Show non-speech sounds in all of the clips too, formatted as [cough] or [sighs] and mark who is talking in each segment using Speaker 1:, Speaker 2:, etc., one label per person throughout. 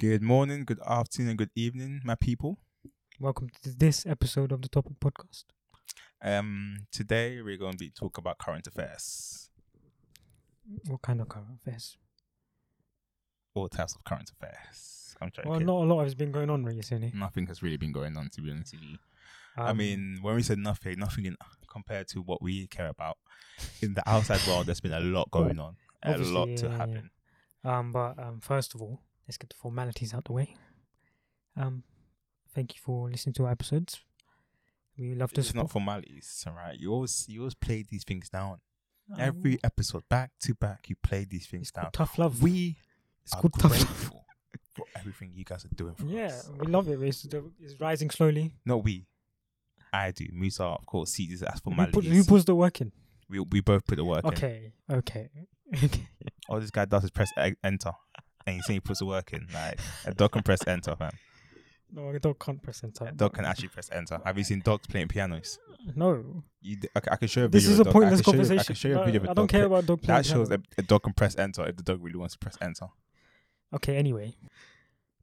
Speaker 1: Good morning, good afternoon, and good evening, my people.
Speaker 2: Welcome to this episode of the Topic Podcast.
Speaker 1: Um, today we're going to be talking about current affairs,
Speaker 2: What kind of current affairs?
Speaker 1: all types of current affairs. I'm joking.
Speaker 2: Well, not a lot has been going on recently.
Speaker 1: Nothing has really been going on, to be honest with you. Mm. I
Speaker 2: Um,
Speaker 1: mean, when we said nothing, nothing in, compared to what we care about in the outside world. There's been a lot going on, a
Speaker 2: Obviously,
Speaker 1: lot to
Speaker 2: yeah, yeah.
Speaker 1: happen.
Speaker 2: um, but um, first of all, let's get the formalities out the way. Um, thank you for listening to our episodes. We love to
Speaker 1: It's not
Speaker 2: support.
Speaker 1: formalities, all right? You always you always play these things down.
Speaker 2: Um,
Speaker 1: Every episode, back to back, you play these
Speaker 2: it's
Speaker 1: things
Speaker 2: called
Speaker 1: down.
Speaker 2: tough love.
Speaker 1: We
Speaker 2: it's
Speaker 1: are
Speaker 2: called tough. Love.
Speaker 1: grateful for everything you guys are doing for
Speaker 2: Yeah,
Speaker 1: us.
Speaker 2: we love it. It's, it's rising slowly.
Speaker 1: No, we. I do. Musa, of course, sees this as
Speaker 2: Who, put,
Speaker 1: formalities.
Speaker 2: who puts the work in?
Speaker 1: we, we both put the work in.
Speaker 2: Okay, okay, okay. [laughs]
Speaker 1: All this guy does is press e- enter. And he's saying he puts the work in. Like, a dog can press enter,
Speaker 2: [laughs]
Speaker 1: fam.
Speaker 2: No, I don't can't press
Speaker 1: A
Speaker 2: enter.
Speaker 1: dog can actually press enter. Have you seen dogs playing pianos?
Speaker 2: No,
Speaker 1: You, d- I, c- I can show you a
Speaker 2: this
Speaker 1: video
Speaker 2: is
Speaker 1: of dog-
Speaker 2: a
Speaker 1: I
Speaker 2: pointless
Speaker 1: can show you-
Speaker 2: conversation.
Speaker 1: I can show you a
Speaker 2: No,
Speaker 1: video of a
Speaker 2: I don't
Speaker 1: dog
Speaker 2: care
Speaker 1: play-
Speaker 2: about dog playing
Speaker 1: That shows
Speaker 2: piano.
Speaker 1: that a dog can press enter if the dog really wants to press enter.
Speaker 2: Okay, anyway.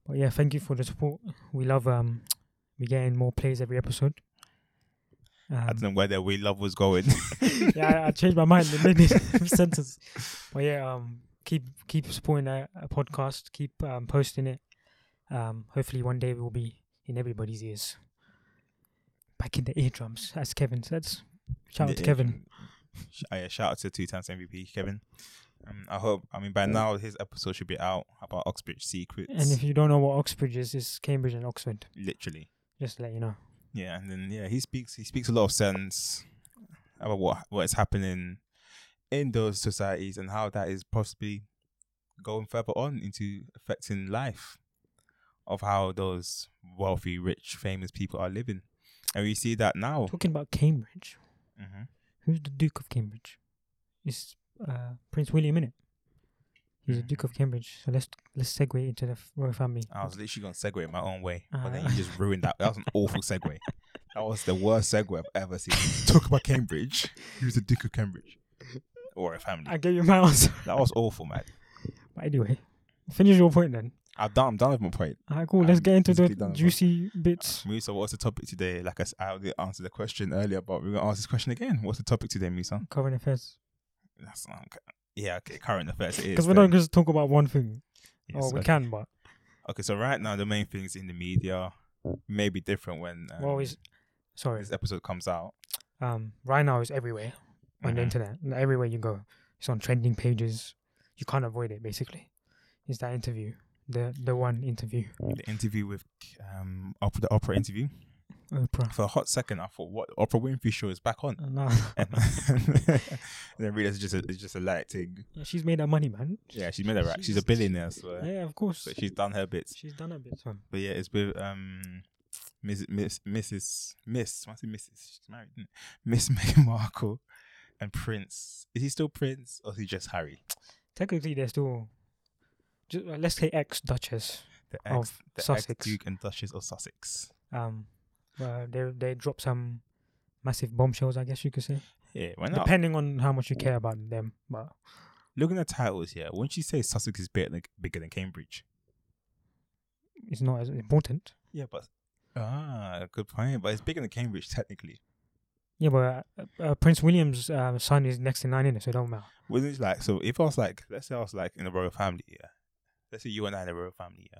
Speaker 2: But yeah, thank you for the support. We love um we getting more plays every episode.
Speaker 1: I
Speaker 2: Um,
Speaker 1: don't know where their we love was going. [laughs]
Speaker 2: yeah, I, I changed my mind in [laughs] mid sentence. But yeah, um keep keep supporting our, our podcast, keep um posting it. Um hopefully one day we'll be in everybody's ears. Back in the eardrums, as Kevin says. Shout out to
Speaker 1: Yeah,
Speaker 2: Kevin.
Speaker 1: sh- sh- uh, yeah, shout out to two times MVP Kevin. Um, I hope. I mean, by now his episode should be out about Oxbridge secrets.
Speaker 2: And if you don't know what Oxbridge is, it's Cambridge and Oxford.
Speaker 1: literally,
Speaker 2: Just to let you know.
Speaker 1: yeah, and then yeah, he speaks. He speaks a lot of sense about what what is happening in those societies and how that is possibly going further on into affecting life of how those wealthy, rich, famous people are living, and we see that now.
Speaker 2: Talking about Cambridge.
Speaker 1: hmm
Speaker 2: Who's the Duke of Cambridge? It's uh, Prince William, innit? He's the Duke of Cambridge. So let's let's segue into the f- royal family.
Speaker 1: I was literally gonna segue it my own way, but then
Speaker 2: Uh.
Speaker 1: you just ruined that. That was an awful segue. That was the worst segue I've ever seen. Talk about Cambridge. He was the Duke of Cambridge, or a family.
Speaker 2: I gave you my answer. [laughs]
Speaker 1: that was awful, man.
Speaker 2: But anyway, finish your point then.
Speaker 1: I'm done. I'm done with my point.
Speaker 2: Alright, cool. Let's
Speaker 1: I'm
Speaker 2: get into the
Speaker 1: basically done with my-
Speaker 2: juicy bits.
Speaker 1: Musa, what's the topic today? Like I, s- I already answered the question earlier, but we're gonna ask this question again. What's the topic today, Musa?
Speaker 2: Current affairs.
Speaker 1: That's not, okay. yeah, okay. Current affairs. it is
Speaker 2: Because we're
Speaker 1: then.
Speaker 2: not just talk about one thing.
Speaker 1: Yes,
Speaker 2: Oh, we
Speaker 1: okay.
Speaker 2: can, but
Speaker 1: Okay, so right now the main things in the media may be different when um,
Speaker 2: we're always sorry.
Speaker 1: this episode comes out.
Speaker 2: Um, right now is everywhere on the
Speaker 1: Mhm.
Speaker 2: internet. Like, Everywhere you go, it's on trending pages. You can't avoid it. Basically, it's that interview, the the one interview,
Speaker 1: The interview with um, Oprah, the Oprah interview.
Speaker 2: Oprah. [laughs]
Speaker 1: for a hot second, I thought, "What Oprah Winfrey show is back on?" [laughs]
Speaker 2: No,
Speaker 1: and then realized it's just a, it's just a light thing.
Speaker 2: Yeah, she's made her money, man.
Speaker 1: Yeah, she's made a rack. She's a
Speaker 2: Jesus.
Speaker 1: billionaire, so,
Speaker 2: Yeah, of course.
Speaker 1: so she's done her bits.
Speaker 2: she's done a bit. So.
Speaker 1: But yeah, it's with um, Miss Miss Mrs. Miss. I say Mrs. She's married. Isn't it? Miss [laughs] Meghan Markle and Prince. Is he still Prince or is he just Harry?
Speaker 2: Technically, they're still. Just, uh, let's say ex Duchess.
Speaker 1: The ex,
Speaker 2: Of
Speaker 1: the
Speaker 2: Sussex.
Speaker 1: ex Duke and Duchess of Sussex.
Speaker 2: Um, uh, they they drop some massive bombshells, I guess you could say,
Speaker 1: Yeah, why not?
Speaker 2: depending on how
Speaker 1: Oh.
Speaker 2: much you care about them. But
Speaker 1: Looking at titles here, wouldn't you say Sussex is bigger than, bigger than Cambridge?
Speaker 2: it's not as important.
Speaker 1: Yeah, but ah, good point. But it's bigger than Cambridge technically.
Speaker 2: Yeah, but uh, uh, Prince William's uh, son is next in line, innit? So it don't matter.
Speaker 1: Wasn't it like so? If I was like, let's say I was like in the royal family, yeah. Let's say you and I in the royal family, yeah.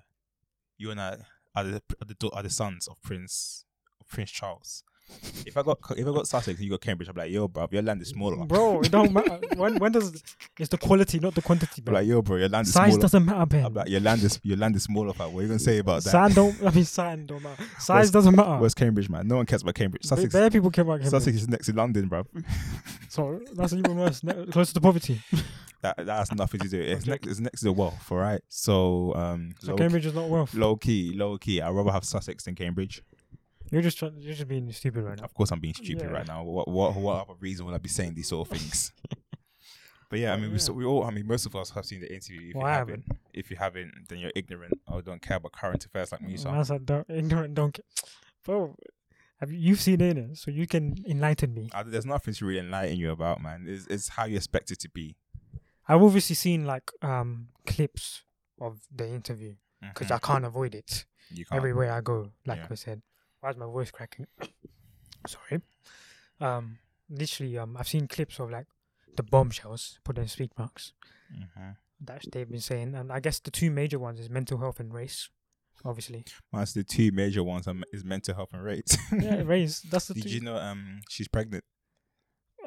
Speaker 1: You and I are the are the, dau- are the sons of Prince of Prince
Speaker 2: [laughs]
Speaker 1: Charles. If I got if I got Sussex and you got Cambridge, I'm like, yo, bro, your land is smaller.
Speaker 2: Bro, it don't
Speaker 1: [laughs]
Speaker 2: matter. when when does it's the quality, not the quantity,
Speaker 1: I'm
Speaker 2: bro.
Speaker 1: like, yo, bro, your land is
Speaker 2: Size
Speaker 1: smaller.
Speaker 2: doesn't matter, Ben.
Speaker 1: I'm like, your land is your land is smaller. Fam. What are you gonna say about that?
Speaker 2: Size don't. I mean, size don't
Speaker 1: [laughs]
Speaker 2: matter. Size
Speaker 1: Where's-
Speaker 2: doesn't matter.
Speaker 1: Where's Cambridge, man? No one cares about Cambridge.
Speaker 2: Ba-
Speaker 1: Sussex,
Speaker 2: Bare people care about Cambridge.
Speaker 1: Sussex is next to London, bro.
Speaker 2: So that's even worse. Ne- Close to poverty.
Speaker 1: That that has nothing to do. It's
Speaker 2: Okay.
Speaker 1: next, it's next to the wealth, all right. So um,
Speaker 2: So
Speaker 1: low,
Speaker 2: Cambridge is not wealth.
Speaker 1: low key, low key. I'd rather have Sussex than Cambridge.
Speaker 2: You're just trying, you're just being stupid right now.
Speaker 1: Of course, I'm being stupid
Speaker 2: Yeah.
Speaker 1: right now. What what what other reason would I be saying these sort of
Speaker 2: [laughs]
Speaker 1: things? but yeah, I
Speaker 2: Well,
Speaker 1: mean, we
Speaker 2: yeah.
Speaker 1: so we all. I mean, most of us have seen the interview. If
Speaker 2: Well,
Speaker 1: you
Speaker 2: I
Speaker 1: haven't, if you haven't, then you're ignorant or don't care about current affairs like me. So
Speaker 2: That's a don't, ignorant donkey. Bro, have you, you've seen it, innit? so you can enlighten me.
Speaker 1: I- there's nothing to really enlighten you about, man. It's it's how you expect it to be.
Speaker 2: I've obviously seen like um clips of the interview, because
Speaker 1: Mhm.
Speaker 2: I can't avoid it
Speaker 1: you can't.
Speaker 2: everywhere I go, like
Speaker 1: Yeah.
Speaker 2: I said. Why is my voice cracking? [coughs] Sorry. Um, literally, um, I've seen clips of like the bombshells put in speak marks
Speaker 1: Mhm.
Speaker 2: that they've been saying, and I guess the two major ones is mental health and race, obviously.
Speaker 1: That's the two major ones. um, Is mental health and rates.
Speaker 2: [laughs] yeah, race. That's the
Speaker 1: Did
Speaker 2: two.
Speaker 1: you know um she's pregnant?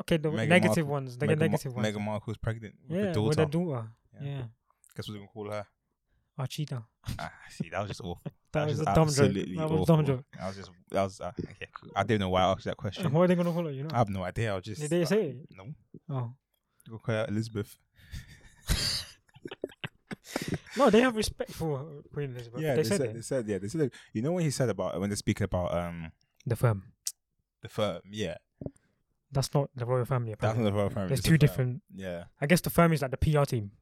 Speaker 2: okay, the
Speaker 1: Meghan
Speaker 2: negative
Speaker 1: Markle-
Speaker 2: ones. The negative ones.
Speaker 1: Meghan Markle's pregnant with
Speaker 2: yeah,
Speaker 1: a daughter.
Speaker 2: with a daughter. Yeah.
Speaker 1: Yeah. Guess what we're gonna call her?
Speaker 2: Archita.
Speaker 1: Ah, see, that was just awful.
Speaker 2: That
Speaker 1: was
Speaker 2: was a
Speaker 1: just
Speaker 2: dumb joke.
Speaker 1: absolutely
Speaker 2: That was a
Speaker 1: awful.
Speaker 2: dumb joke.
Speaker 1: That was just that was. Uh, yeah, I didn't know why I asked that question.
Speaker 2: What are they going to call her, you know?
Speaker 1: I have no idea. I was just.
Speaker 2: Did they
Speaker 1: uh,
Speaker 2: say it?
Speaker 1: No.
Speaker 2: Oh.
Speaker 1: We'll call her Elizabeth.
Speaker 2: No, they have respect for Queen Elizabeth.
Speaker 1: Yeah,
Speaker 2: they, said, it.
Speaker 1: They said. Yeah, they said. You know when he said about when they speak about um
Speaker 2: The firm.
Speaker 1: the firm. Yeah,
Speaker 2: That's not the royal family.
Speaker 1: that's
Speaker 2: Apparently.
Speaker 1: not the royal family.
Speaker 2: There's
Speaker 1: it's the
Speaker 2: two
Speaker 1: firm.
Speaker 2: different.
Speaker 1: Yeah,
Speaker 2: I guess the firm is like the PR team,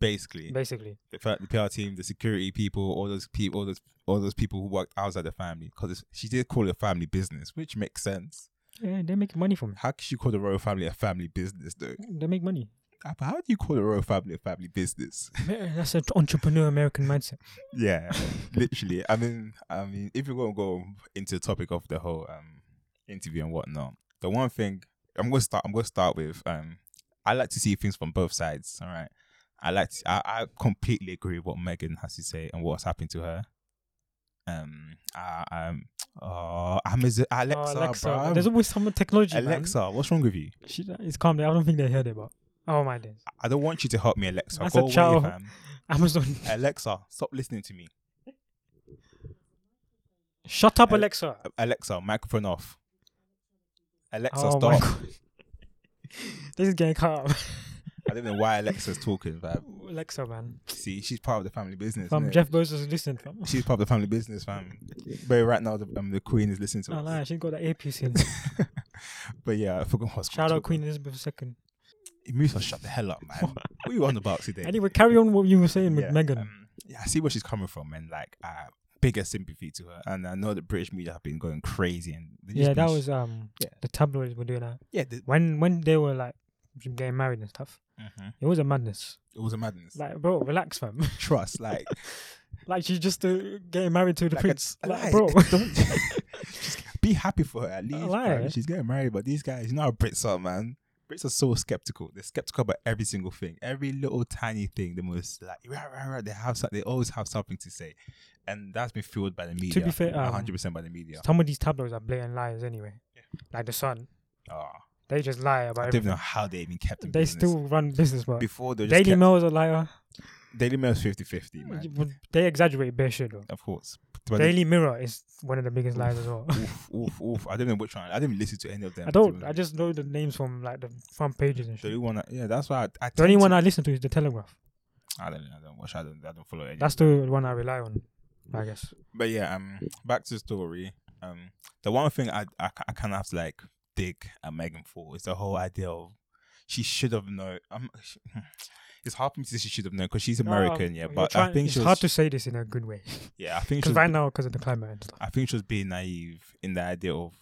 Speaker 1: basically
Speaker 2: basically.
Speaker 1: the, fir- the PR team, the security people, all those people, all those all those people who worked outside the family because she did call it a family business, which makes sense.
Speaker 2: Yeah, they make money from it.
Speaker 1: How could she call the royal family a family business though?
Speaker 2: They make [laughs] money.
Speaker 1: Ah, but How do you call the royal family a family business?
Speaker 2: That's an entrepreneur American mindset. [laughs]
Speaker 1: yeah, literally. I mean, I mean, if you're gonna go into the topic of the whole um interview and whatnot, the one thing I'm gonna start, I'm gonna start with um, I like to see things from both sides. All right, I like, to, I, I completely agree with what Megan has to say and what's happened to her. Um, I, um, oh, I'm is it
Speaker 2: Oh,
Speaker 1: Alexa, bruv.
Speaker 2: There's always some technology. Alexa.
Speaker 1: Alexa, what's wrong with you?
Speaker 2: it's calm down. I don't think they heard about. Oh my days.
Speaker 1: I don't want you to help me, Alexa.
Speaker 2: That's a
Speaker 1: go away,
Speaker 2: child.
Speaker 1: fam.
Speaker 2: Amazon. [laughs]
Speaker 1: Alexa, stop listening to me.
Speaker 2: Shut up,
Speaker 1: Al-
Speaker 2: Alexa.
Speaker 1: Alexa, microphone off. Alexa,
Speaker 2: oh my
Speaker 1: stop.
Speaker 2: god. this is getting cut up.
Speaker 1: I don't know why Alexa's talking, but
Speaker 2: [laughs] Alexa, man.
Speaker 1: see, she's part of the family business.
Speaker 2: From
Speaker 1: innit?
Speaker 2: Jeff Bezos listening from.
Speaker 1: She's part of the family business, fam. But right now, the, um, the Queen is listening to
Speaker 2: Oh,
Speaker 1: us.
Speaker 2: nah, she's got that earpiece
Speaker 1: [laughs]
Speaker 2: in.
Speaker 1: But yeah, I forgot what's
Speaker 2: Shout out Queen Elizabeth II.
Speaker 1: Musa, shut the hell up, man.
Speaker 2: [laughs]
Speaker 1: what are you on about today?
Speaker 2: Anyway, carry on what you were saying with
Speaker 1: Yeah,
Speaker 2: Megan.
Speaker 1: um, yeah, I see where she's coming from, and like, uh, bigger sympathy to her. And I know the British media have been going crazy, and they've just
Speaker 2: yeah,
Speaker 1: been
Speaker 2: that
Speaker 1: sh-
Speaker 2: was um
Speaker 1: Yeah.
Speaker 2: the tabloids were doing that.
Speaker 1: yeah. The,
Speaker 2: When when they were like getting married and stuff,
Speaker 1: mhm.
Speaker 2: it was a madness.
Speaker 1: It was a madness.
Speaker 2: Mm-hmm. Like, bro, relax, fam. [laughs]
Speaker 1: Trust, like,
Speaker 2: like she's just uh, getting married to the
Speaker 1: Like a-
Speaker 2: prince.
Speaker 1: a lie.
Speaker 2: like, bro,
Speaker 1: Don't- be happy for her at least.
Speaker 2: lie.
Speaker 1: bruv. She's getting married, but these guys, you know how Brits are, man. Brits are so skeptical. They're skeptical about every single thing, every little tiny thing. The most like rah, rah, rah, they have some- they always have something to say, and that's been fueled by the media.
Speaker 2: be fair, um,
Speaker 1: hundred percent by the media.
Speaker 2: [laughs] some of these tabloids are blatant liars anyway. Like the Sun,
Speaker 1: Oh,
Speaker 2: they just lie about
Speaker 1: I don't even
Speaker 2: everything.
Speaker 1: know how they even kept. in
Speaker 2: They
Speaker 1: business.
Speaker 2: still run business, bro.
Speaker 1: before they just
Speaker 2: Daily
Speaker 1: kept,
Speaker 2: Mail is a liar.
Speaker 1: Daily Mail's 50-50, man.
Speaker 2: But They exaggerate bare shit though.
Speaker 1: Of course, but
Speaker 2: Daily Mirror is one of the biggest liars
Speaker 1: [laughs]
Speaker 2: as well.
Speaker 1: they- oof, oof, oof. I don't know which one. I didn't listen to any of them.
Speaker 2: [laughs] I
Speaker 1: to be
Speaker 2: don't. I
Speaker 1: honest.
Speaker 2: just know the names from like the front pages and
Speaker 1: the
Speaker 2: shit.
Speaker 1: only one. I- yeah, that's why I. I
Speaker 2: The
Speaker 1: tend
Speaker 2: only
Speaker 1: to-
Speaker 2: one I listen to is the Telegraph.
Speaker 1: I don't. I don't watch. I don't. I don't follow any.
Speaker 2: That's the one I rely on, I guess.
Speaker 1: But yeah, um, back to the story. Um, the one thing I I, ki- I kind of have to like dig at Megan for is the whole idea of she should have known. Um, [sighs] it's hard for me to say she should have known because she's American, yeah.
Speaker 2: Oh, You're
Speaker 1: But I
Speaker 2: trying-
Speaker 1: think
Speaker 2: it's
Speaker 1: she was,
Speaker 2: hard to say this in a good way
Speaker 1: yeah, I think [laughs] she
Speaker 2: because
Speaker 1: was,
Speaker 2: right now, because of the climate and stuff.
Speaker 1: I think she was being naive in the idea of,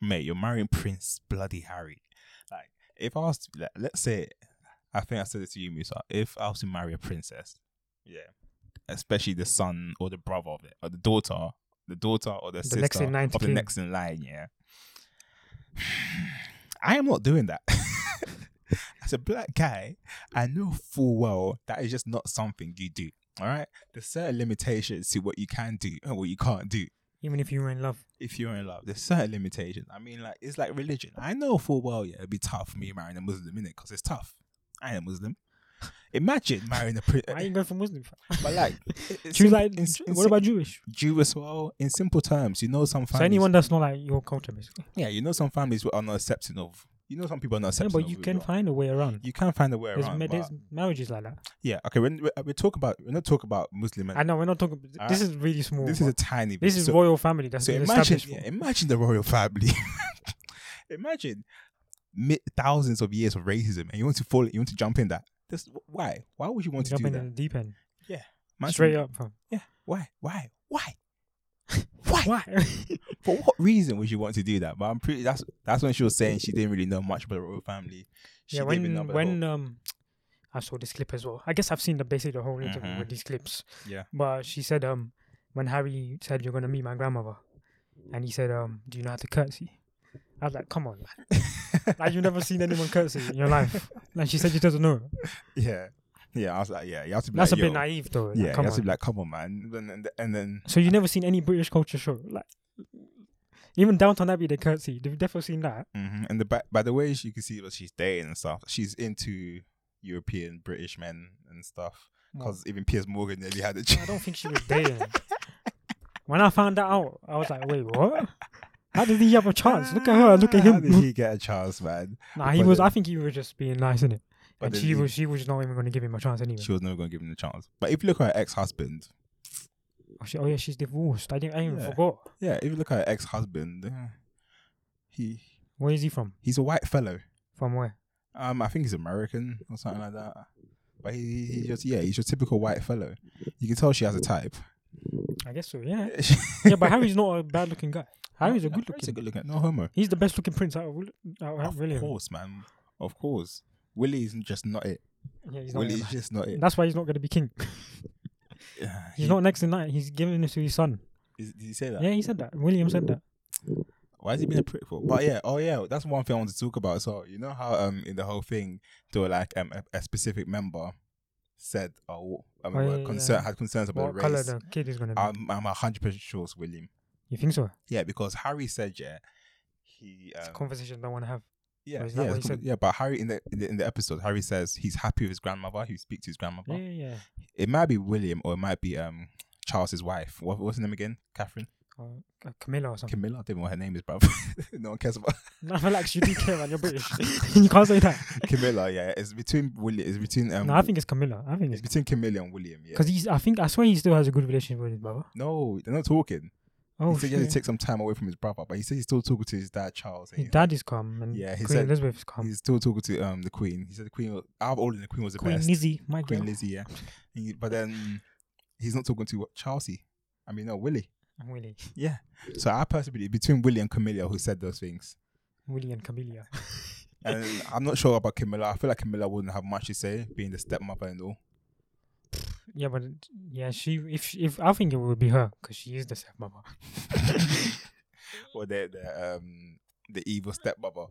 Speaker 1: mate, you're marrying Prince Bloody Harry. Like, if I was, to, like, let's say, I think I said it to you, Musa. If I was to marry a princess, yeah, especially the son or the brother of it, or the daughter, the daughter or the,
Speaker 2: The
Speaker 1: sister
Speaker 2: next in line to
Speaker 1: of the
Speaker 2: king.
Speaker 1: next in line, yeah. I am not doing that. [laughs] As a black guy, I know full well that is just not something you do. All right, there's certain limitations to what you can do and what you can't do
Speaker 2: Even if you were in love,
Speaker 1: if you're in love, there's certain limitations. I mean, like it's like religion. I know full well, yeah, it'd be tough for me marrying a Muslim in it because it's tough. I am Muslim. Imagine marrying a prince,
Speaker 2: why are you going for Muslim?
Speaker 1: but like, it- it's
Speaker 2: She
Speaker 1: sim-
Speaker 2: was like,
Speaker 1: in- in
Speaker 2: what
Speaker 1: sim-
Speaker 2: about Jewish?
Speaker 1: Jew as well? In simple terms, you know some families.
Speaker 2: So anyone that's not like your culture, basically.
Speaker 1: yeah, you know some families are not accepting of. You know some people are not
Speaker 2: Yeah,
Speaker 1: accepting.
Speaker 2: but
Speaker 1: of
Speaker 2: you
Speaker 1: who
Speaker 2: can
Speaker 1: are.
Speaker 2: find a way around.
Speaker 1: You can find a way
Speaker 2: There's,
Speaker 1: around.
Speaker 2: ma-
Speaker 1: but-
Speaker 2: there's marriages like that.
Speaker 1: yeah, okay. When we- we talk about, we're not talking about Muslim. And,
Speaker 2: I know we're not talking.
Speaker 1: All
Speaker 2: This
Speaker 1: right.
Speaker 2: is really small.
Speaker 1: this is a tiny. bit.
Speaker 2: this is
Speaker 1: So-
Speaker 2: royal family. That's
Speaker 1: So
Speaker 2: been
Speaker 1: imagine,
Speaker 2: established.
Speaker 1: yeah,
Speaker 2: for.
Speaker 1: imagine the royal family. [laughs] imagine mi- thousands of years of racism, and you want to fall, you want to jump in that. That's why. Why would you want to
Speaker 2: Jump
Speaker 1: do
Speaker 2: in
Speaker 1: that?
Speaker 2: in the deep end,
Speaker 1: Imagine-
Speaker 2: straight up.
Speaker 1: [laughs]
Speaker 2: fam.
Speaker 1: Yeah. Why? Why?
Speaker 2: [laughs]
Speaker 1: Why? Why?
Speaker 2: Why?
Speaker 1: For what reason would you want to do that? But I'm pretty. That's that's when [laughs] she was saying she didn't really know much about the royal family. She
Speaker 2: yeah,
Speaker 1: didn't even know
Speaker 2: when
Speaker 1: about the
Speaker 2: when um, I saw this clip as well. I guess I've seen the basically the whole interview
Speaker 1: Mhm.
Speaker 2: with these clips.
Speaker 1: Yeah.
Speaker 2: But she said, um, when Harry said you're gonna meet my grandmother, and he said, um, do you know how to curtsy? I was like, come on, man. like you've never seen anyone curtsy in your
Speaker 1: [laughs]
Speaker 2: life. And she said she doesn't know.
Speaker 1: Yeah. Yeah. I was like, yeah, you have to be
Speaker 2: That's
Speaker 1: like,
Speaker 2: a bit
Speaker 1: yo.
Speaker 2: naive though. like,
Speaker 1: Yeah,
Speaker 2: come
Speaker 1: you have to
Speaker 2: on.
Speaker 1: be like, come on, man. And, and, and then,
Speaker 2: so you've never seen any British culture show like. Even Downton Abbey, they curtsy. They've definitely seen that.
Speaker 1: mhm. and the by, by the way, she can see that she's dating and stuff. She's into European British men and stuff. Because even Piers Morgan nearly had a
Speaker 2: I
Speaker 1: [laughs] ch-
Speaker 2: don't think she was dating. when I found that out, I was like, wait, what? How did he have a chance? Look
Speaker 1: [laughs]
Speaker 2: at her, look at
Speaker 1: How did
Speaker 2: [laughs] him.
Speaker 1: he get a chance, man?
Speaker 2: nah, he
Speaker 1: but
Speaker 2: was. I
Speaker 1: then-
Speaker 2: think he was just being nice, innit?
Speaker 1: But
Speaker 2: And
Speaker 1: then
Speaker 2: she
Speaker 1: he-
Speaker 2: was. She was not even going to give him a chance anyway.
Speaker 1: She was never going to give him the chance. But if you look at her ex husband,
Speaker 2: Oh, she- oh yeah, she's divorced. I didn't. I even
Speaker 1: Yeah.
Speaker 2: forgot.
Speaker 1: yeah, if you look at her ex husband, he
Speaker 2: Where is he from?
Speaker 1: he's a white fellow.
Speaker 2: From where?
Speaker 1: Um, I think he's American or something like that. But he, he- he just yeah, he's your typical white fellow. You can tell she has a type.
Speaker 2: I guess so. Yeah.
Speaker 1: [laughs]
Speaker 2: yeah, but Harry's not a bad-looking guy. Harry's
Speaker 1: He's
Speaker 2: a
Speaker 1: a
Speaker 2: good-looking.
Speaker 1: good looking. No homo.
Speaker 2: He's the best-looking prince out of, all- out of
Speaker 1: Of
Speaker 2: William.
Speaker 1: course, man. Of course. Willie is just not it.
Speaker 2: Yeah, he's not.
Speaker 1: Willie is just not
Speaker 2: [laughs]
Speaker 1: it.
Speaker 2: That's why he's not going to be king.
Speaker 1: Yeah,
Speaker 2: He's
Speaker 1: he-
Speaker 2: not next in line. He's giving this to his son.
Speaker 1: is- Did he say that?
Speaker 2: Yeah, he said that. William said that.
Speaker 1: Why is he being a prick for? But yeah, oh yeah, that's one thing I want to talk about as well. You know how um in the whole thing, there were like um a, a specific member said oh um,
Speaker 2: Oh,
Speaker 1: were
Speaker 2: yeah,
Speaker 1: concern
Speaker 2: yeah.
Speaker 1: had concerns about
Speaker 2: What color
Speaker 1: race.
Speaker 2: the kid is going to be?
Speaker 1: I'm I'm hundred percent sure it's William.
Speaker 2: you think so?
Speaker 1: Yeah, because Harry said yeah, he
Speaker 2: It's a
Speaker 1: um,
Speaker 2: conversation I don't want to have.
Speaker 1: yeah
Speaker 2: or is that
Speaker 1: yeah,
Speaker 2: what
Speaker 1: it's
Speaker 2: he
Speaker 1: com-
Speaker 2: said?
Speaker 1: yeah. But Harry in the, in the in the episode, Harry says he's happy with his grandmother. He speaks to his grandmother.
Speaker 2: Yeah, yeah. yeah.
Speaker 1: It might be William or it might be um Charles's wife. What, what's her name again? Catherine
Speaker 2: Or, uh, Camilla or [laughs] something.
Speaker 1: Camilla. I don't know what her name is, bro. [laughs] no one cares about [laughs]
Speaker 2: No, relax, you do care, man. You're British. [laughs] you can't say that.
Speaker 1: Camilla. Yeah, it's between William. It's between um.
Speaker 2: no, I think it's Camilla. I think
Speaker 1: It's
Speaker 2: it's
Speaker 1: between Camilla and William, yeah.
Speaker 2: because he's. I think I swear he still has a good relationship with his brother.
Speaker 1: No, they're not talking.
Speaker 2: Oh
Speaker 1: he said he had
Speaker 2: shit.
Speaker 1: to take some time away from his brother, but he said he's still talking to his dad, Charles. and
Speaker 2: His dad is calm and
Speaker 1: Yeah, he
Speaker 2: Queen
Speaker 1: said-
Speaker 2: Elizabeth is calm.
Speaker 1: He's still talking to um the Queen. He said the Queen, was- out of all of them, the Queen was the
Speaker 2: Queen
Speaker 1: best.
Speaker 2: Lizzie, my
Speaker 1: Queen
Speaker 2: girl.
Speaker 1: Lizzie, yeah. And he- but then he's not talking to what, Chelsea. I mean, no, Willie.
Speaker 2: Willie,
Speaker 1: Yeah. So I personally believe between Willie and Camilla who said those things.
Speaker 2: Willie and Camilla.
Speaker 1: And I'm not sure about Camilla. I feel like Camilla wouldn't have much to say, being the stepmother and all.
Speaker 2: yeah, but it- yeah, she. If she, if I think it would be her because she is the stepmother. [laughs]
Speaker 1: or the the um the evil stepmother.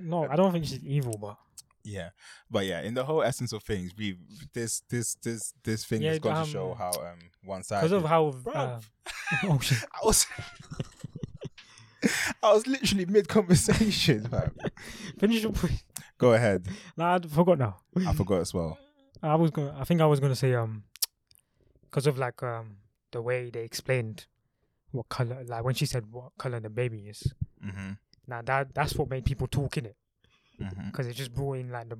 Speaker 2: No, I don't think she's evil, but
Speaker 1: Yeah, but yeah, in the whole essence of things, we this this this this thing
Speaker 2: Yeah,
Speaker 1: has got
Speaker 2: um,
Speaker 1: to show how um one side.
Speaker 2: because of how. Uh,
Speaker 1: Bruv.
Speaker 2: [laughs] oh shit.
Speaker 1: I was, [laughs] I was literally mid [laughs] conversation.
Speaker 2: Finish your point.
Speaker 1: Go ahead.
Speaker 2: Nah, I forgot now.
Speaker 1: I forgot as well.
Speaker 2: I was going. to I think I was going to say um, because of like um the way they explained what color, like when she said what color the baby is.
Speaker 1: Mm-hmm.
Speaker 2: Now that that's what made people talk in it
Speaker 1: Mm-hmm.
Speaker 2: because it just brought in like the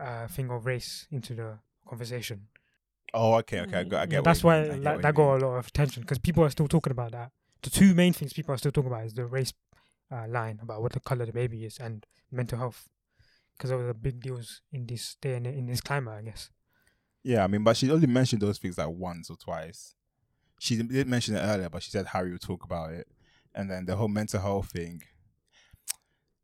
Speaker 2: uh, thing of race into the conversation.
Speaker 1: Oh, okay, okay. I, got, I get. what
Speaker 2: Mm. That's
Speaker 1: you
Speaker 2: why
Speaker 1: mean, I get
Speaker 2: like,
Speaker 1: what
Speaker 2: that
Speaker 1: you mean.
Speaker 2: got a lot of attention because people are still talking about that. The two main things people are still talking about is the race uh, line about what the color the baby is and mental health because those are the big deals in this day and in this climate, I guess.
Speaker 1: Yeah, I mean, but she only mentioned those things like once or twice. She didn't- did mention it earlier, but she said Harry will talk about it, and then the whole mental health thing.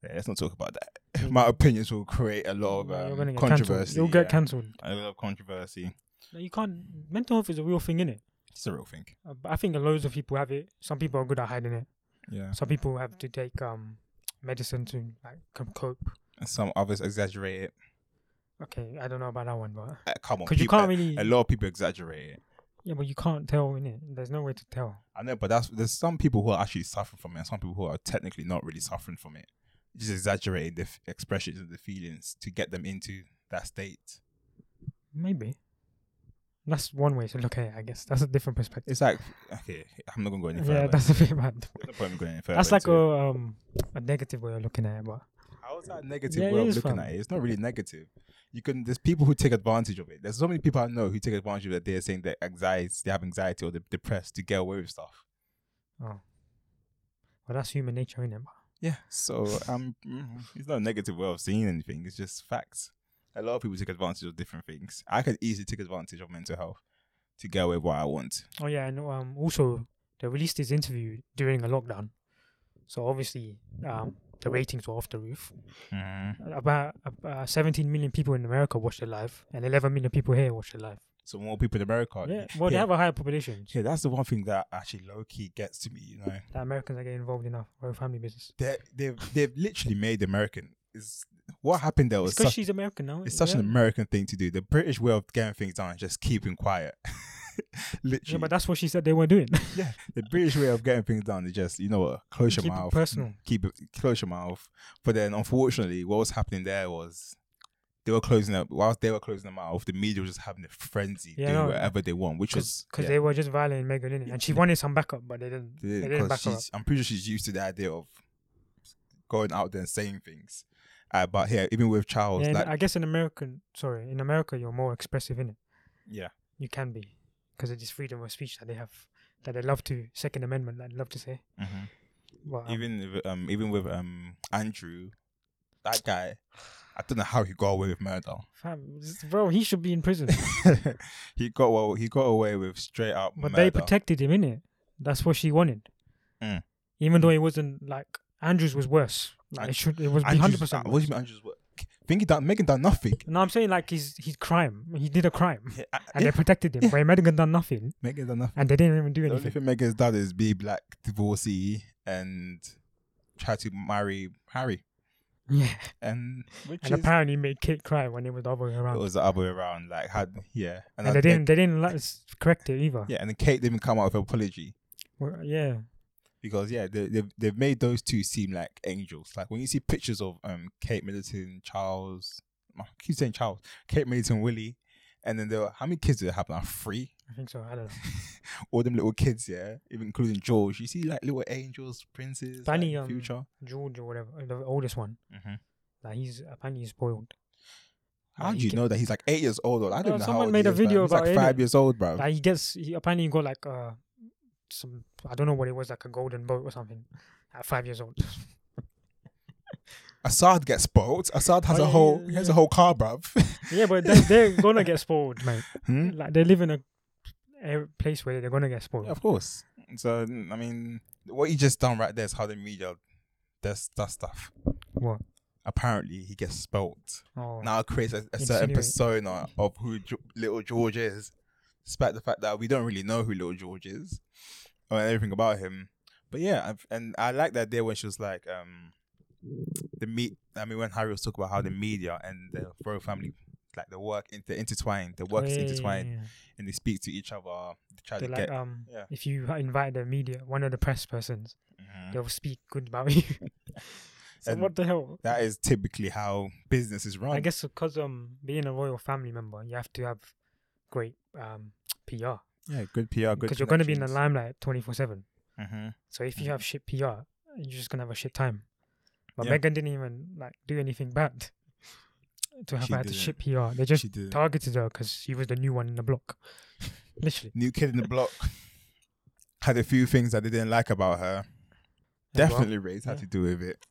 Speaker 1: Yeah, let's not talk about that. [laughs] My opinions will create a lot of
Speaker 2: Yeah,
Speaker 1: um,
Speaker 2: you're gonna get cancelled.
Speaker 1: controversy.
Speaker 2: You'll get
Speaker 1: yeah.
Speaker 2: cancelled.
Speaker 1: a lot of controversy.
Speaker 2: Like, you can't. Mental health is a real thing, innit?
Speaker 1: It's a real thing.
Speaker 2: Uh, but I think loads of people have it. Some people are good at hiding it.
Speaker 1: Yeah.
Speaker 2: Some people have to take um medicine to like c- cope.
Speaker 1: And some others exaggerate it.
Speaker 2: Okay, I don't know about that one, but
Speaker 1: Uh, come on,
Speaker 2: because you
Speaker 1: people-
Speaker 2: can't really.
Speaker 1: A lot of people exaggerate it.
Speaker 2: Yeah, but you can't tell, innit? There's no way to tell.
Speaker 1: I know, but that's there's some people who are actually suffering from it, and some people who are technically not really suffering from it. Just exaggerating the f- expressions of the feelings to get them into that state.
Speaker 2: Maybe. That's one way to look at it, I guess. That's a different perspective.
Speaker 1: It's like okay, I'm not gonna go any further.
Speaker 2: yeah, that's a bit bad.
Speaker 1: There's no point in going any further.
Speaker 2: That's like
Speaker 1: into it.
Speaker 2: a um a negative way of looking at it, but
Speaker 1: how is that a negative
Speaker 2: Yeah, it
Speaker 1: way of
Speaker 2: is,
Speaker 1: looking
Speaker 2: fam.
Speaker 1: at it? It's not really negative. You can there's people who take advantage of it. There's so many people I know who take advantage of it. They're saying that anxiety, they have anxiety or they're depressed to get away with stuff.
Speaker 2: well, that's human nature, innit? But
Speaker 1: Yeah. So um, mm, it's not a negative way of seeing anything. It's just facts. A lot of people take advantage of different things. I could easily take advantage of mental health to get away with what I want.
Speaker 2: Oh yeah, and um, also they released this interview during a lockdown, so obviously um, the ratings were off the roof.
Speaker 1: Mhm.
Speaker 2: About uh, 17 million people in America watched it live, and 11 million people here watched it live.
Speaker 1: So more people in America.
Speaker 2: Yeah, well, they have a higher population.
Speaker 1: Oh, yeah, that's the one thing that actually low key gets to me. You know,
Speaker 2: That Americans are getting involved in our royal family business.
Speaker 1: they they've they've literally made American. Is what happened there was
Speaker 2: Because
Speaker 1: such,
Speaker 2: she's American now.
Speaker 1: it's such an
Speaker 2: yeah.
Speaker 1: American thing to do. The British way of getting things done is just keeping quiet. [laughs]
Speaker 2: Yeah,
Speaker 1: literally,
Speaker 2: but that's what she said they were doing.
Speaker 1: yeah, the British way of getting things done is just you know what, close your
Speaker 2: Keep it
Speaker 1: mouth,
Speaker 2: personal.
Speaker 1: keep it, close your mouth. But then, unfortunately, what was happening there was they were closing up. Whilst they were closing them out, the media was just having a frenzy,
Speaker 2: Yeah,
Speaker 1: doing
Speaker 2: no,
Speaker 1: whatever they want, which was
Speaker 2: because
Speaker 1: yeah,
Speaker 2: they were just violating Megan, didn't it? And she wanted some backup, but they didn't.
Speaker 1: they
Speaker 2: They
Speaker 1: did,
Speaker 2: didn't
Speaker 1: 'cause
Speaker 2: back her up.
Speaker 1: she's- I'm pretty sure she's used to the idea of going out there and saying things. Uh, but here, even with Charles,
Speaker 2: Yeah, and
Speaker 1: like
Speaker 2: I guess in American, sorry, in America, you're more expressive in it.
Speaker 1: yeah,
Speaker 2: You can be because of this freedom of speech that they have, that they love to Second Amendment, that they love to say.
Speaker 1: mhm.
Speaker 2: But, um,
Speaker 1: even with, um, even with um Andrew, that guy, I don't know how he got away with
Speaker 2: [laughs]
Speaker 1: murder.
Speaker 2: fam, this- bro, he should be
Speaker 1: [laughs]
Speaker 2: in prison.
Speaker 1: he got well, he got away with straight up
Speaker 2: but
Speaker 1: murder.
Speaker 2: they protected him in it. That's what she wanted.
Speaker 1: Mm.
Speaker 2: Even though it wasn't like Andrews was worse. Like,
Speaker 1: And-
Speaker 2: it should. It was
Speaker 1: Andrew's-
Speaker 2: hundred percent.
Speaker 1: uh, What do you mean Andrew's work? Think he done Megan done nothing.
Speaker 2: No, I'm saying like he's he's crime. He did a crime,
Speaker 1: Yeah, uh,
Speaker 2: and
Speaker 1: yeah,
Speaker 2: they protected him. Where [laughs] Megan done nothing,
Speaker 1: Megan done nothing.
Speaker 2: and they didn't even do
Speaker 1: The only
Speaker 2: anything.
Speaker 1: thing Megan's done is be black, divorcee, and try to marry Harry.
Speaker 2: Yeah,
Speaker 1: And which
Speaker 2: and
Speaker 1: is
Speaker 2: apparently made Kate cry when it was the other way
Speaker 1: it
Speaker 2: around.
Speaker 1: was the other way around. Like had yeah,
Speaker 2: and
Speaker 1: Oh, I
Speaker 2: they
Speaker 1: think-
Speaker 2: didn't they didn't let us correct it either.
Speaker 1: yeah, and then Kate didn't come out with an apology
Speaker 2: Well, yeah.
Speaker 1: because yeah, they, they've they've made those two seem like angels. Like when you see pictures of um Kate Middleton, Charles, I keep saying Charles, Kate Middleton, Willie, and then there were how many kids did they have now? Three.
Speaker 2: I think so. I don't know.
Speaker 1: all them little kids, yeah, even including George. You see, like little angels, princes, like,
Speaker 2: Danny, um,
Speaker 1: future.
Speaker 2: George or whatever, uh, the oldest one.
Speaker 1: Mhm.
Speaker 2: Like he's apparently he's spoiled.
Speaker 1: How
Speaker 2: like,
Speaker 1: do
Speaker 2: he
Speaker 1: you
Speaker 2: get-
Speaker 1: know that he's like eight years old? Though? I don't
Speaker 2: No,
Speaker 1: know.
Speaker 2: someone
Speaker 1: how old
Speaker 2: made
Speaker 1: he
Speaker 2: a
Speaker 1: is,
Speaker 2: video
Speaker 1: man. He's
Speaker 2: about it,
Speaker 1: like five
Speaker 2: innit?
Speaker 1: years old, bro.
Speaker 2: Like he gets he apparently got like uh some I don't know what it was, like a golden boat or something. At five years old. [laughs]
Speaker 1: Assad gets spoiled. Assad has
Speaker 2: Oh,
Speaker 1: a
Speaker 2: yeah,
Speaker 1: whole,
Speaker 2: yeah,
Speaker 1: he has a
Speaker 2: yeah.
Speaker 1: whole car, bruv. [laughs]
Speaker 2: yeah, but they they're gonna get spoiled, mate.
Speaker 1: hmm?
Speaker 2: Like they live in a a place where they're gonna get spoiled.
Speaker 1: Yeah, of course. So mm, I mean, what you just done right there is how the media, that's that stuff.
Speaker 2: What?
Speaker 1: Apparently, he gets spoiled.
Speaker 2: Oh,
Speaker 1: Now it creates a, a certain
Speaker 2: Insinuate.
Speaker 1: persona of who jo- little George is, despite the fact that we don't really know who little George is or anything about him. But yeah, I've, and I like that day when she was like, um, the meat. I mean, when Harry was talking about how the media and the royal family, like the work, inter- intertwined. The work is
Speaker 2: yeah, yeah,
Speaker 1: intertwined,
Speaker 2: yeah, yeah.
Speaker 1: and they speak to each other. They try
Speaker 2: They're
Speaker 1: to
Speaker 2: like
Speaker 1: get.
Speaker 2: um,
Speaker 1: yeah.
Speaker 2: if you invite the media, one of the press persons,
Speaker 1: Mhm.
Speaker 2: they'll speak good about you. [laughs] so
Speaker 1: And
Speaker 2: what the hell?
Speaker 1: That is typically how business is run.
Speaker 2: I guess because um being a royal family member, you have to have great um PR
Speaker 1: Yeah, good PR, good.
Speaker 2: because you're going to be in the
Speaker 1: connections.
Speaker 2: limelight twenty four seven.
Speaker 1: Mhm.
Speaker 2: So if you have shit PR, you're just gonna have a shit time. But
Speaker 1: Yeah.
Speaker 2: Megan didn't even like do anything bad [laughs] to have
Speaker 1: She
Speaker 2: had to
Speaker 1: didn't.
Speaker 2: shit PR. They just
Speaker 1: She did.
Speaker 2: targeted her because she was the new one in the block. [laughs]
Speaker 1: [laughs]
Speaker 2: Literally,
Speaker 1: new kid in the block had a few things that they didn't like about her.
Speaker 2: Yeah, well,
Speaker 1: Definitely race had
Speaker 2: yeah.
Speaker 1: to do with it.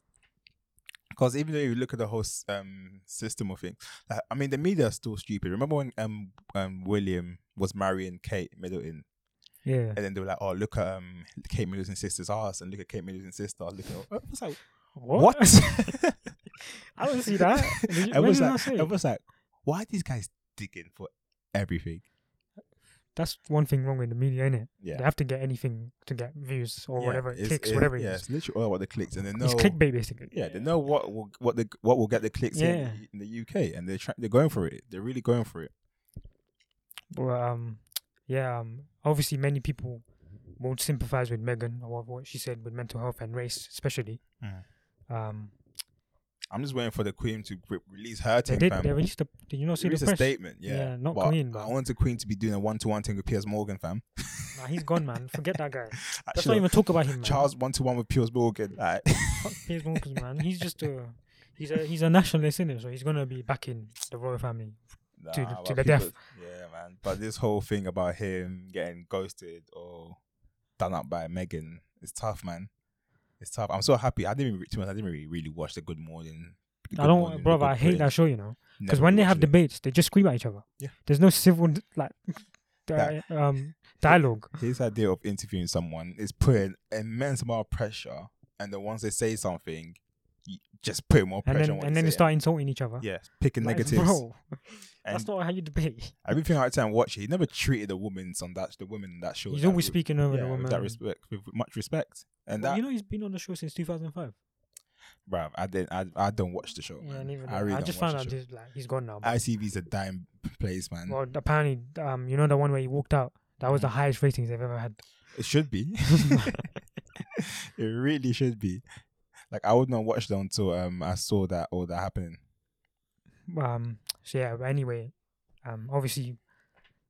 Speaker 1: Because even though you look at the whole s- um, system of things, like, I mean, the media is still stupid. Remember when um, um, William was marrying Kate Middleton,
Speaker 2: yeah.
Speaker 1: and then they were like, "Oh, look at um, Kate Middleton's sister's ass, and look at Kate Middleton's sister." Look at I was like, "What?"
Speaker 2: [laughs] I don't
Speaker 1: [laughs]
Speaker 2: see that. Did you-
Speaker 1: I
Speaker 2: where
Speaker 1: was
Speaker 2: did
Speaker 1: like,
Speaker 2: say?
Speaker 1: I was like, "Why are these guys digging for everything?"
Speaker 2: That's one thing wrong with the media, innit?
Speaker 1: Yeah,
Speaker 2: They have to get anything to get views or
Speaker 1: Yeah,
Speaker 2: whatever,
Speaker 1: it's-
Speaker 2: clicks,
Speaker 1: it-
Speaker 2: whatever it
Speaker 1: yeah,
Speaker 2: is.
Speaker 1: it's literally all about the clicks, and they know
Speaker 2: It's clickbait, basically.
Speaker 1: Yeah, they know what will what the what will get the clicks
Speaker 2: Yeah.
Speaker 1: in, the- in the UK, and they're try- they're going for it. They're really going for it.
Speaker 2: But um, yeah, um, obviously many people won't sympathize with Megan or what- what she said with mental health and race, especially.
Speaker 1: Mhm.
Speaker 2: Um,
Speaker 1: I'm just waiting for the Queen to re- release her
Speaker 2: they
Speaker 1: thing.
Speaker 2: did.
Speaker 1: fam.
Speaker 2: They released the. Did you not see the
Speaker 1: Release a
Speaker 2: press?
Speaker 1: statement. Yeah,
Speaker 2: Yeah, not
Speaker 1: but
Speaker 2: Queen,
Speaker 1: I
Speaker 2: but-
Speaker 1: want the Queen to be doing a one to one thing with Piers Morgan, fam.
Speaker 2: Nah, he's gone, man. Forget
Speaker 1: [laughs]
Speaker 2: that guy. Let's
Speaker 1: Actually,
Speaker 2: not even talk about him, man.
Speaker 1: Charles one to one with Piers Morgan. Like,
Speaker 2: Fuck Piers Morgan, man. He's just a. He's a he's a nationalist, isn't So he's gonna be backing the royal family.
Speaker 1: nah,
Speaker 2: To the-
Speaker 1: but
Speaker 2: to the death.
Speaker 1: people- Yeah, man. But this whole thing about him getting ghosted or done up by Megan, it's tough, man. It's tough. I'm so happy. I didn't re- to be honest, I didn't really, really watch the Good Morning. Good
Speaker 2: I don't,
Speaker 1: Morning, The
Speaker 2: brother.
Speaker 1: Good
Speaker 2: I hate
Speaker 1: Britain.
Speaker 2: that show, you know. Because
Speaker 1: Never
Speaker 2: when they
Speaker 1: watched
Speaker 2: have
Speaker 1: it.
Speaker 2: debates, they just scream at each other.
Speaker 1: Yeah.
Speaker 2: There's no civil d-
Speaker 1: [laughs]
Speaker 2: like di- um dialogue.
Speaker 1: his idea of interviewing someone is putting immense amount of pressure, and then once they say something, you just putting more
Speaker 2: and
Speaker 1: pressure
Speaker 2: then
Speaker 1: on what
Speaker 2: and
Speaker 1: they
Speaker 2: then they
Speaker 1: say.
Speaker 2: start insulting each other.
Speaker 1: yeah, picking
Speaker 2: Like,
Speaker 1: negatives.
Speaker 2: Bro,
Speaker 1: and
Speaker 2: that's not how you debate.
Speaker 1: I've been thinking hard time watching. He never treated the women on that the women on that show.
Speaker 2: He's
Speaker 1: that
Speaker 2: always
Speaker 1: re-
Speaker 2: speaking over
Speaker 1: yeah,
Speaker 2: the woman.
Speaker 1: with that respect, with much respect. And
Speaker 2: Well,
Speaker 1: that,
Speaker 2: you know he's been on the show since 2005.
Speaker 1: bruv, I didn't, I, I don't watch the show.
Speaker 2: Yeah,
Speaker 1: man.
Speaker 2: neither.
Speaker 1: I
Speaker 2: I,
Speaker 1: really
Speaker 2: I
Speaker 1: don't
Speaker 2: just
Speaker 1: watch
Speaker 2: found out
Speaker 1: the show.
Speaker 2: this, like he's gone now. but-
Speaker 1: ITV's a dying place, man.
Speaker 2: Well, apparently, um, you know the one where he walked out. That
Speaker 1: Mm.
Speaker 2: was the highest ratings they've ever had.
Speaker 1: It should
Speaker 2: [laughs]
Speaker 1: be. it really should be. Like I would not watch them until um I saw that all that happening.
Speaker 2: Um, so yeah. But anyway, um, obviously,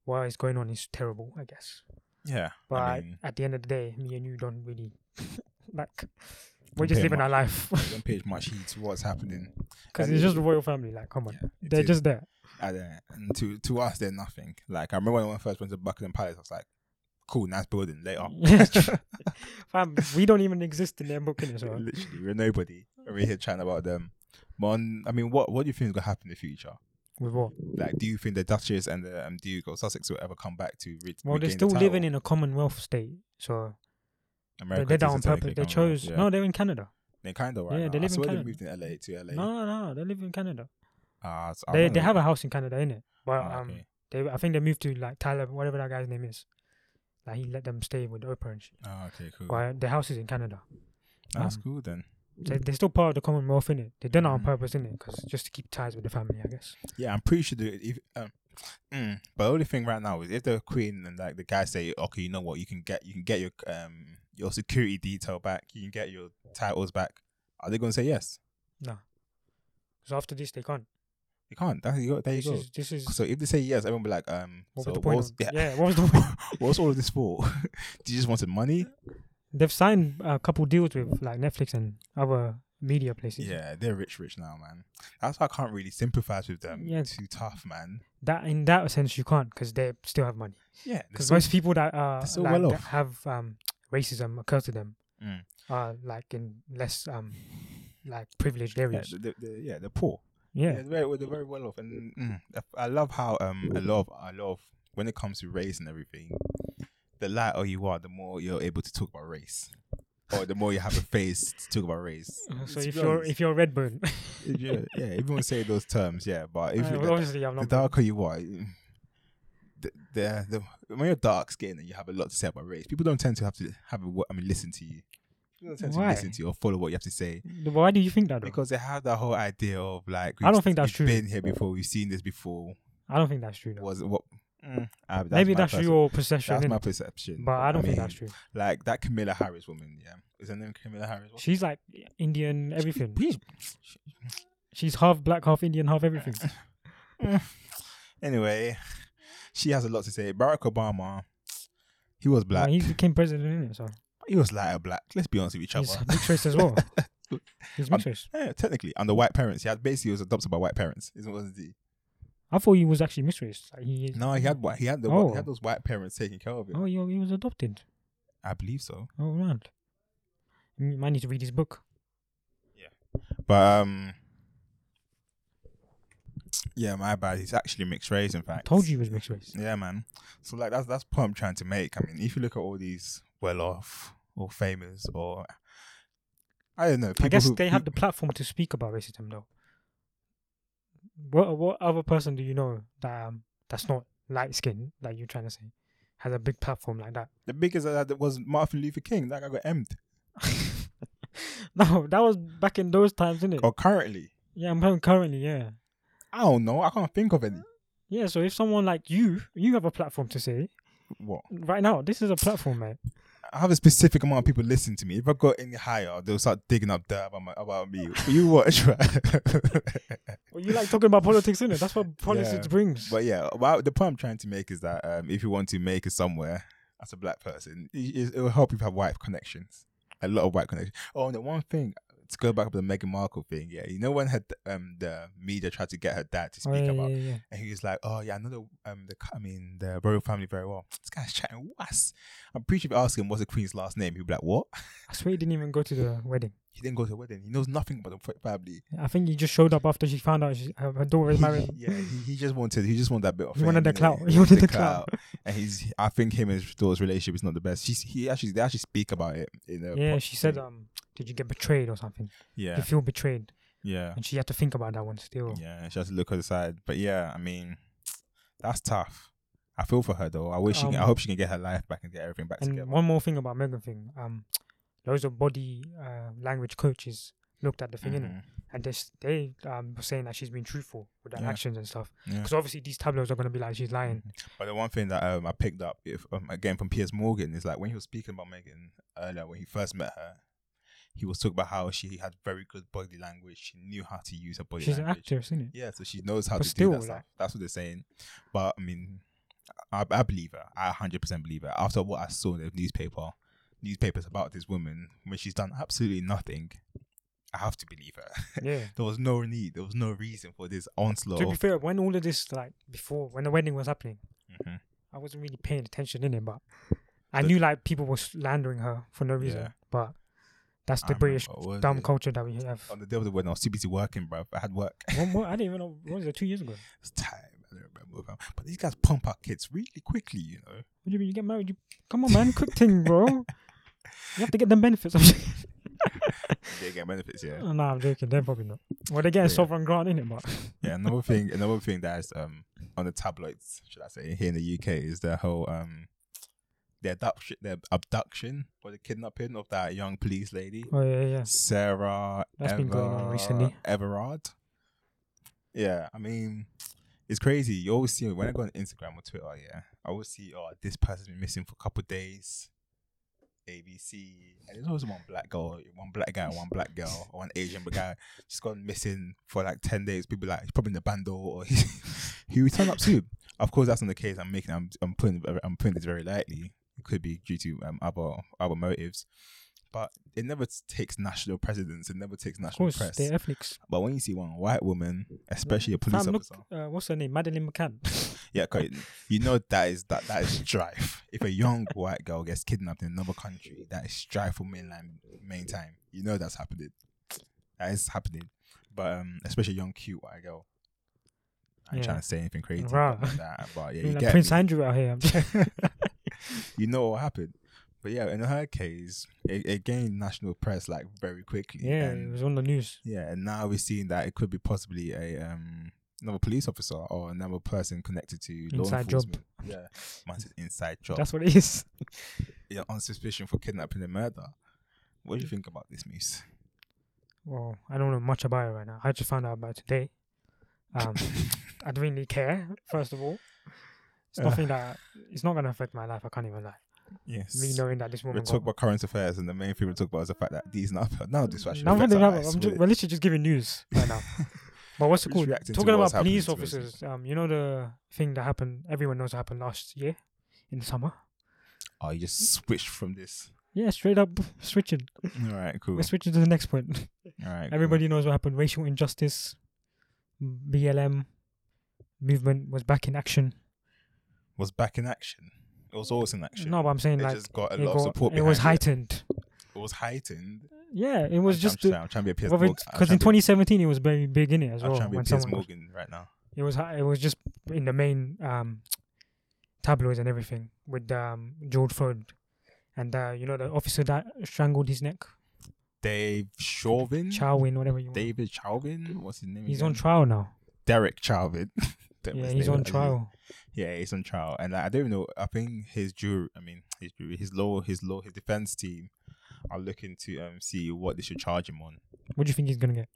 Speaker 2: what is going on is terrible. I guess.
Speaker 1: Yeah.
Speaker 2: But
Speaker 1: I mean,
Speaker 2: at the end of the day, me and you don't really [laughs] like. We're
Speaker 1: Don't
Speaker 2: just
Speaker 1: pay
Speaker 2: living our life
Speaker 1: I
Speaker 2: [laughs]
Speaker 1: don't pay much heed to what's happening.
Speaker 2: because
Speaker 1: And
Speaker 2: it's
Speaker 1: it-
Speaker 2: just the royal family. Like, come on,
Speaker 1: Yeah, it
Speaker 2: they're
Speaker 1: is.
Speaker 2: just there.
Speaker 1: I don't, and to to us they're nothing. Like I remember when I first went to Buckingham Palace, I was like, cool, nice building,
Speaker 2: [laughs]
Speaker 1: later.
Speaker 2: Fam, we don't even exist in their booking as well.
Speaker 1: Literally, we're nobody. And
Speaker 2: [laughs]
Speaker 1: we're here chatting about them. But on, I mean, what what do you think is gonna happen in the future?
Speaker 2: With what?
Speaker 1: Like, do you think the Duchess and the um, Duke or Sussex will ever come back to? Re-
Speaker 2: Well, they're
Speaker 1: regain
Speaker 2: still
Speaker 1: the
Speaker 2: living
Speaker 1: title?
Speaker 2: in a Commonwealth state, so
Speaker 1: America.
Speaker 2: they did that on
Speaker 1: doesn't
Speaker 2: purpose.
Speaker 1: technically
Speaker 2: They
Speaker 1: come back,
Speaker 2: chose
Speaker 1: yeah.
Speaker 2: no, they're in Canada.
Speaker 1: They kind of right.
Speaker 2: Yeah,
Speaker 1: now.
Speaker 2: they
Speaker 1: I
Speaker 2: live in
Speaker 1: swear they
Speaker 2: Canada.
Speaker 1: moved in LA to LA.
Speaker 2: No, no, no, they live in Canada.
Speaker 1: Ah, so I
Speaker 2: They
Speaker 1: don't
Speaker 2: they
Speaker 1: know.
Speaker 2: have a house in Canada, innit? But
Speaker 1: Ah,
Speaker 2: um,
Speaker 1: okay.
Speaker 2: they I think they moved to like Tyler, whatever that guy's name is. Like he let them stay with Oprah and shit.
Speaker 1: Ah, okay, cool.
Speaker 2: But their house is in Canada.
Speaker 1: That's
Speaker 2: um,
Speaker 1: cool then.
Speaker 2: They they're still part of the Commonwealth, innit? They done it on
Speaker 1: Mhm.
Speaker 2: purpose, innit? Because just to keep ties with the family, I guess.
Speaker 1: Yeah, I'm pretty sure. The, if, um, mm, but the only thing right now is if the queen and like the guy say, okay, you know what, you can get you can get your um your security detail back, you can get your titles back. Are they gonna say yes?
Speaker 2: So after this, they can't.
Speaker 1: You can't. That's, you go, there you
Speaker 2: This
Speaker 1: go.
Speaker 2: is this is
Speaker 1: So if they say yes, everyone be like, um,
Speaker 2: what
Speaker 1: so
Speaker 2: was the
Speaker 1: what
Speaker 2: point?
Speaker 1: was,
Speaker 2: of-
Speaker 1: yeah,
Speaker 2: what was the point? [laughs]
Speaker 1: what was all of this for? [laughs] Do you just wanted money?
Speaker 2: They've signed a couple deals with like Netflix and other media places.
Speaker 1: Yeah, they're rich, rich now, man. That's why I can't really sympathize with them.
Speaker 2: Yeah.
Speaker 1: Too tough, man.
Speaker 2: That in that sense, you can't because they still have money.
Speaker 1: Yeah,
Speaker 2: Because
Speaker 1: so-
Speaker 2: most people that are
Speaker 1: they're so
Speaker 2: like,
Speaker 1: well
Speaker 2: that
Speaker 1: off.
Speaker 2: have um, racism occur to them
Speaker 1: Mm.
Speaker 2: are like in less
Speaker 1: [laughs]
Speaker 2: um, like privileged
Speaker 1: yeah,
Speaker 2: areas.
Speaker 1: they- they- yeah, they're poor.
Speaker 2: Yeah,
Speaker 1: Yeah, they're very, they're very well off, and mm, I I love how um a lot of I love when it comes to race and everything. The lighter you are, the more you're able to talk about race, or the more you have a face to talk about race.
Speaker 2: [laughs] Uh, So
Speaker 1: To
Speaker 2: if
Speaker 1: be
Speaker 2: you're
Speaker 1: honest,
Speaker 2: if you're Redburn,
Speaker 1: if you're- yeah, everyone say those terms, yeah, but if
Speaker 2: uh, [laughs]
Speaker 1: you're
Speaker 2: well, obviously I'm
Speaker 1: the, the
Speaker 2: not.
Speaker 1: darker you are. mm, The, the, the, when you're dark skinned and you have a lot to say about race, people don't tend to have to have a, wo- I mean listen to you. People don't tend
Speaker 2: Why?
Speaker 1: to listen to you or follow what you have to say
Speaker 2: Why do you think that? Though?
Speaker 1: because they have that whole idea of like
Speaker 2: I don't
Speaker 1: we've-
Speaker 2: think that's
Speaker 1: we've
Speaker 2: true.
Speaker 1: Been here before, we've seen this before
Speaker 2: I don't think that's true. Though.
Speaker 1: was what mm, ah, that's
Speaker 2: Maybe
Speaker 1: my
Speaker 2: that's
Speaker 1: perce-
Speaker 2: your perception,
Speaker 1: that's my
Speaker 2: innit?
Speaker 1: perception
Speaker 2: but I don't think
Speaker 1: mean,
Speaker 2: that's true.
Speaker 1: like that Camilla Harris woman yeah is her name Camilla Harris what?
Speaker 2: She's like Indian, everything.
Speaker 1: Please.
Speaker 2: She's half black, half Indian, half everything.
Speaker 1: anyway she has a lot to say Barack Obama he was
Speaker 2: Like,
Speaker 1: black
Speaker 2: he became president, innit? So
Speaker 1: he was lighter black let's be honest with each other
Speaker 2: he's mixed race
Speaker 1: [laughs]
Speaker 2: as well. He's mixed race.
Speaker 1: yeah, Eh, technically under white parents he had basically he was adopted by white parents isn't what it is.
Speaker 2: I thought he was actually mixed race. Like he,
Speaker 1: no he had white he had the
Speaker 2: Oh.
Speaker 1: he had those white parents taking care of him
Speaker 2: Oh, he, he was adopted.
Speaker 1: I believe so
Speaker 2: Oh, man. You might need to read his book.
Speaker 1: but um yeah my bad he's actually mixed race in fact
Speaker 2: Told you he was mixed race.
Speaker 1: Yeah, man. So like that's that's what I'm trying to make. I mean, if you look at all these well off or famous or I don't know, people
Speaker 2: I guess
Speaker 1: who,
Speaker 2: they
Speaker 1: who-
Speaker 2: have the platform to speak about racism, though. What what other person do you know that um, that's not light skinned that you're trying to say has a big platform like that?
Speaker 1: the biggest I had was Martin Luther King. That guy got emmed.
Speaker 2: [laughs] no, that was back in those times, isn't it?
Speaker 1: Or currently,
Speaker 2: Yeah, I'm talking currently, yeah,
Speaker 1: I don't know. I can't think of any.
Speaker 2: yeah. So if someone like you, you have a platform to say
Speaker 1: What
Speaker 2: right now, this is a platform, mate.
Speaker 1: I have a specific amount of people listening to me. If I go any higher, they'll start digging up dirt about, my, about me. You watch, [laughs] right? [laughs]
Speaker 2: Well, you like talking about politics, innit? That's what politics
Speaker 1: Yeah,
Speaker 2: brings.
Speaker 1: But yeah, well, the point I'm trying to make is that um, if you want to make it somewhere as a black person, it, it will help you have white connections, a lot of white connections. Oh, and the one thing to go back to the Meghan Markle thing, yeah, you know when her um the media tried to get her dad to
Speaker 2: Oh,
Speaker 1: speak
Speaker 2: yeah,
Speaker 1: about,
Speaker 2: yeah, yeah.
Speaker 1: and he was like, oh yeah, I know the um the I mean the royal family very well. This guy's chatting was. I'm pretty sure if you ask him what's the queen's last name, he'd be like, what?
Speaker 2: I swear he didn't even go to the wedding.
Speaker 1: He didn't go to the wedding. He knows nothing about the family.
Speaker 2: I think he just showed up after she found out she, her her daughter is married.
Speaker 1: He, [laughs] yeah, he, he just wanted he just wanted that bit of
Speaker 2: He wanted
Speaker 1: fame,
Speaker 2: the
Speaker 1: innit?
Speaker 2: [laughs] clout. He wanted the clout.
Speaker 1: And he's I think him and his daughter's relationship is not the best. She's he actually they actually speak about it in a
Speaker 2: yeah,
Speaker 1: pod-
Speaker 2: she said,
Speaker 1: thing.
Speaker 2: um, Did you get betrayed or something? Did
Speaker 1: Yeah.
Speaker 2: You feel betrayed,
Speaker 1: Yeah.
Speaker 2: and she had to think about that one still.
Speaker 1: Yeah. She has to look at the side. But yeah, I mean, that's tough. I feel for her though. I wish she can, I
Speaker 2: Um,
Speaker 1: hope she can get her life back and get everything back
Speaker 2: And
Speaker 1: together.
Speaker 2: one more thing about Megan thing, um, loads of body uh, language coaches looked at the thing innit?
Speaker 1: Mhm.
Speaker 2: and they s- they um were saying that she's been truthful with her
Speaker 1: Yeah.
Speaker 2: actions and stuff.
Speaker 1: Yeah.
Speaker 2: Because obviously these tableaus are gonna be like she's lying.
Speaker 1: But the one thing that um, I picked up, if, um, again from Piers Morgan, is like when he was speaking about Megan earlier when he first met her, he was talking about how she had very good body language. She knew how to use her body
Speaker 2: she's an
Speaker 1: language.
Speaker 2: actress, isn't
Speaker 1: [laughs]
Speaker 2: it?
Speaker 1: Yeah, so she knows how
Speaker 2: But
Speaker 1: to
Speaker 2: still,
Speaker 1: do that
Speaker 2: like-
Speaker 1: stuff. That's what they're saying. But I mean, I, I believe her. I 100% believe her. After what I saw in the newspaper, newspapers about this woman, when she's done absolutely nothing, I have to believe her. [laughs]
Speaker 2: Yeah.
Speaker 1: there was no need, there was no reason for this onslaught.
Speaker 2: To be
Speaker 1: Of,
Speaker 2: fair, when all of this like before when the wedding was happening,
Speaker 1: Mhm.
Speaker 2: I wasn't really paying attention in it, but I
Speaker 1: The-
Speaker 2: knew like people were slandering her for no reason.
Speaker 1: Yeah.
Speaker 2: But that's
Speaker 1: I
Speaker 2: the
Speaker 1: remember,
Speaker 2: British
Speaker 1: what was
Speaker 2: dumb
Speaker 1: it?
Speaker 2: culture that we have.
Speaker 1: On the day of the wedding, I was too busy working, bruv. I had work.
Speaker 2: One more, I didn't even know. [laughs] What was it? Two years ago. What
Speaker 1: It's time. I don't remember. fam. But these guys pump out kids really quickly, you know.
Speaker 2: do you mean you get married? You come on, man, quick thing, [laughs] bro. You have to get them benefits. I'm joking.
Speaker 1: They get benefits, yeah.
Speaker 2: Oh, [laughs] nah, I'm joking. They're probably not. Well, they get a
Speaker 1: Yeah.
Speaker 2: sovereign grant in it, but
Speaker 1: [laughs] Yeah. Another thing, another thing that is um on the tabloids, should I say, here in the UK is the whole um the abduction, the abduction or the kidnapping of that young police lady,
Speaker 2: oh yeah, yeah.
Speaker 1: Sarah.
Speaker 2: That's been going on
Speaker 1: Ever-
Speaker 2: recently.
Speaker 1: Everard. Yeah, I mean, it's crazy. You always see when I go on Instagram or Twitter. Yeah, I always see oh this person's been missing for a couple of days. ABC, and there's always one black girl, one black guy, one black girl, or one Asian guy just gone missing for like ten days. People like he's probably in the bando or [laughs] he he returned up soon. Of course, that's not the case. I'm making. I'm I'm putting. I'm putting this very lightly. It could be due to um, other other motives, but it never takes national precedence. It never takes
Speaker 2: Of
Speaker 1: national
Speaker 2: course,
Speaker 1: press.
Speaker 2: they're ethnics.
Speaker 1: But when you see one white woman, especially a police
Speaker 2: Fam, look,
Speaker 1: officer,
Speaker 2: uh, what's her name? Madeline McCann.
Speaker 1: yeah, correct, you know that is that that is strife. If a young white girl gets kidnapped in another country, that is strife for mainland main time. You know that's happening. That is happening. But um, especially a young cute white girl. I ain't
Speaker 2: Yeah.
Speaker 1: trying to say anything crazy
Speaker 2: Right.
Speaker 1: about that, but
Speaker 2: [laughs]
Speaker 1: yeah,
Speaker 2: I mean,
Speaker 1: you
Speaker 2: like
Speaker 1: get
Speaker 2: Prince
Speaker 1: me.
Speaker 2: Andrew
Speaker 1: [laughs]
Speaker 2: out here. I'm joking. [laughs]
Speaker 1: you know what happened. But yeah, in her case, it, it gained national press like very quickly.
Speaker 2: yeah,
Speaker 1: and
Speaker 2: it was on the news.
Speaker 1: Yeah, and now we're seeing that it could be possibly a um another police officer or another person connected to law
Speaker 2: Inside job.
Speaker 1: enforcement. Yeah, man said inside job.
Speaker 2: That's what it is.
Speaker 1: yeah, on suspicion for kidnapping and murder. What do you think about this, Moose?
Speaker 2: Well, I don't know much about it right now. I just found out about it today.
Speaker 1: [laughs]
Speaker 2: Um, I don't really care. First of all, it's
Speaker 1: Uh.
Speaker 2: nothing that it's not gonna affect my life. I can't even lie.
Speaker 1: Yes.
Speaker 2: Me knowing that this
Speaker 1: we
Speaker 2: woman.
Speaker 1: talk
Speaker 2: got-
Speaker 1: about current affairs, and the main thing we talk about is the fact that these now [laughs] now this actually
Speaker 2: None of
Speaker 1: affects
Speaker 2: them
Speaker 1: our
Speaker 2: have-
Speaker 1: lives,
Speaker 2: I'm ju-
Speaker 1: really.
Speaker 2: we're literally just giving news right
Speaker 1: [laughs]
Speaker 2: now. But what's it
Speaker 1: We're just
Speaker 2: called?
Speaker 1: reacting to
Speaker 2: Talking about
Speaker 1: what's happening
Speaker 2: police
Speaker 1: to us.
Speaker 2: officers. Um, you know the thing that happened. Everyone knows what happened last year in the summer.
Speaker 1: Oh, you just switched from this.
Speaker 2: [laughs] Yeah, straight up switching.
Speaker 1: All right, cool.
Speaker 2: We're switching to the next point.
Speaker 1: All right, cool.
Speaker 2: Everybody knows what happened. Racial injustice, BLM movement was back in action.
Speaker 1: was back in action. It was always in action.
Speaker 2: No, but I'm saying
Speaker 1: it
Speaker 2: like
Speaker 1: just got a
Speaker 2: it,
Speaker 1: lot of
Speaker 2: got-
Speaker 1: support.
Speaker 2: it was
Speaker 1: behind
Speaker 2: heightened.
Speaker 1: It was heightened.
Speaker 2: Yeah, it
Speaker 1: I'm-
Speaker 2: was just
Speaker 1: I'm, trying- I'm trying to be a Piers Morgan. uh, I'm
Speaker 2: because
Speaker 1: trying
Speaker 2: in
Speaker 1: to be-
Speaker 2: 2017 it was very big in it as
Speaker 1: I'm
Speaker 2: well.
Speaker 1: trying to be a
Speaker 2: When
Speaker 1: Piers
Speaker 2: someone was,
Speaker 1: Morgan right now.
Speaker 2: it was hi- it was just in the main um, tabloids and everything with um, George Floyd and uh, you know the officer that strangled his neck,
Speaker 1: Dave Chauvin.
Speaker 2: Chowin, whatever you want.
Speaker 1: David Chauvin. What's his name?
Speaker 2: he's
Speaker 1: again?
Speaker 2: on trial now.
Speaker 1: Derek Chauvin. [laughs] That
Speaker 2: Yeah,
Speaker 1: was
Speaker 2: he's
Speaker 1: David
Speaker 2: on
Speaker 1: Chauvin.
Speaker 2: trial.
Speaker 1: Yeah, he's on trial, and like, I don't even know. I think his jury, I mean, his jury, his law, his law, his defense team are looking to um see what they should charge him on.
Speaker 2: What do you think he's gonna get?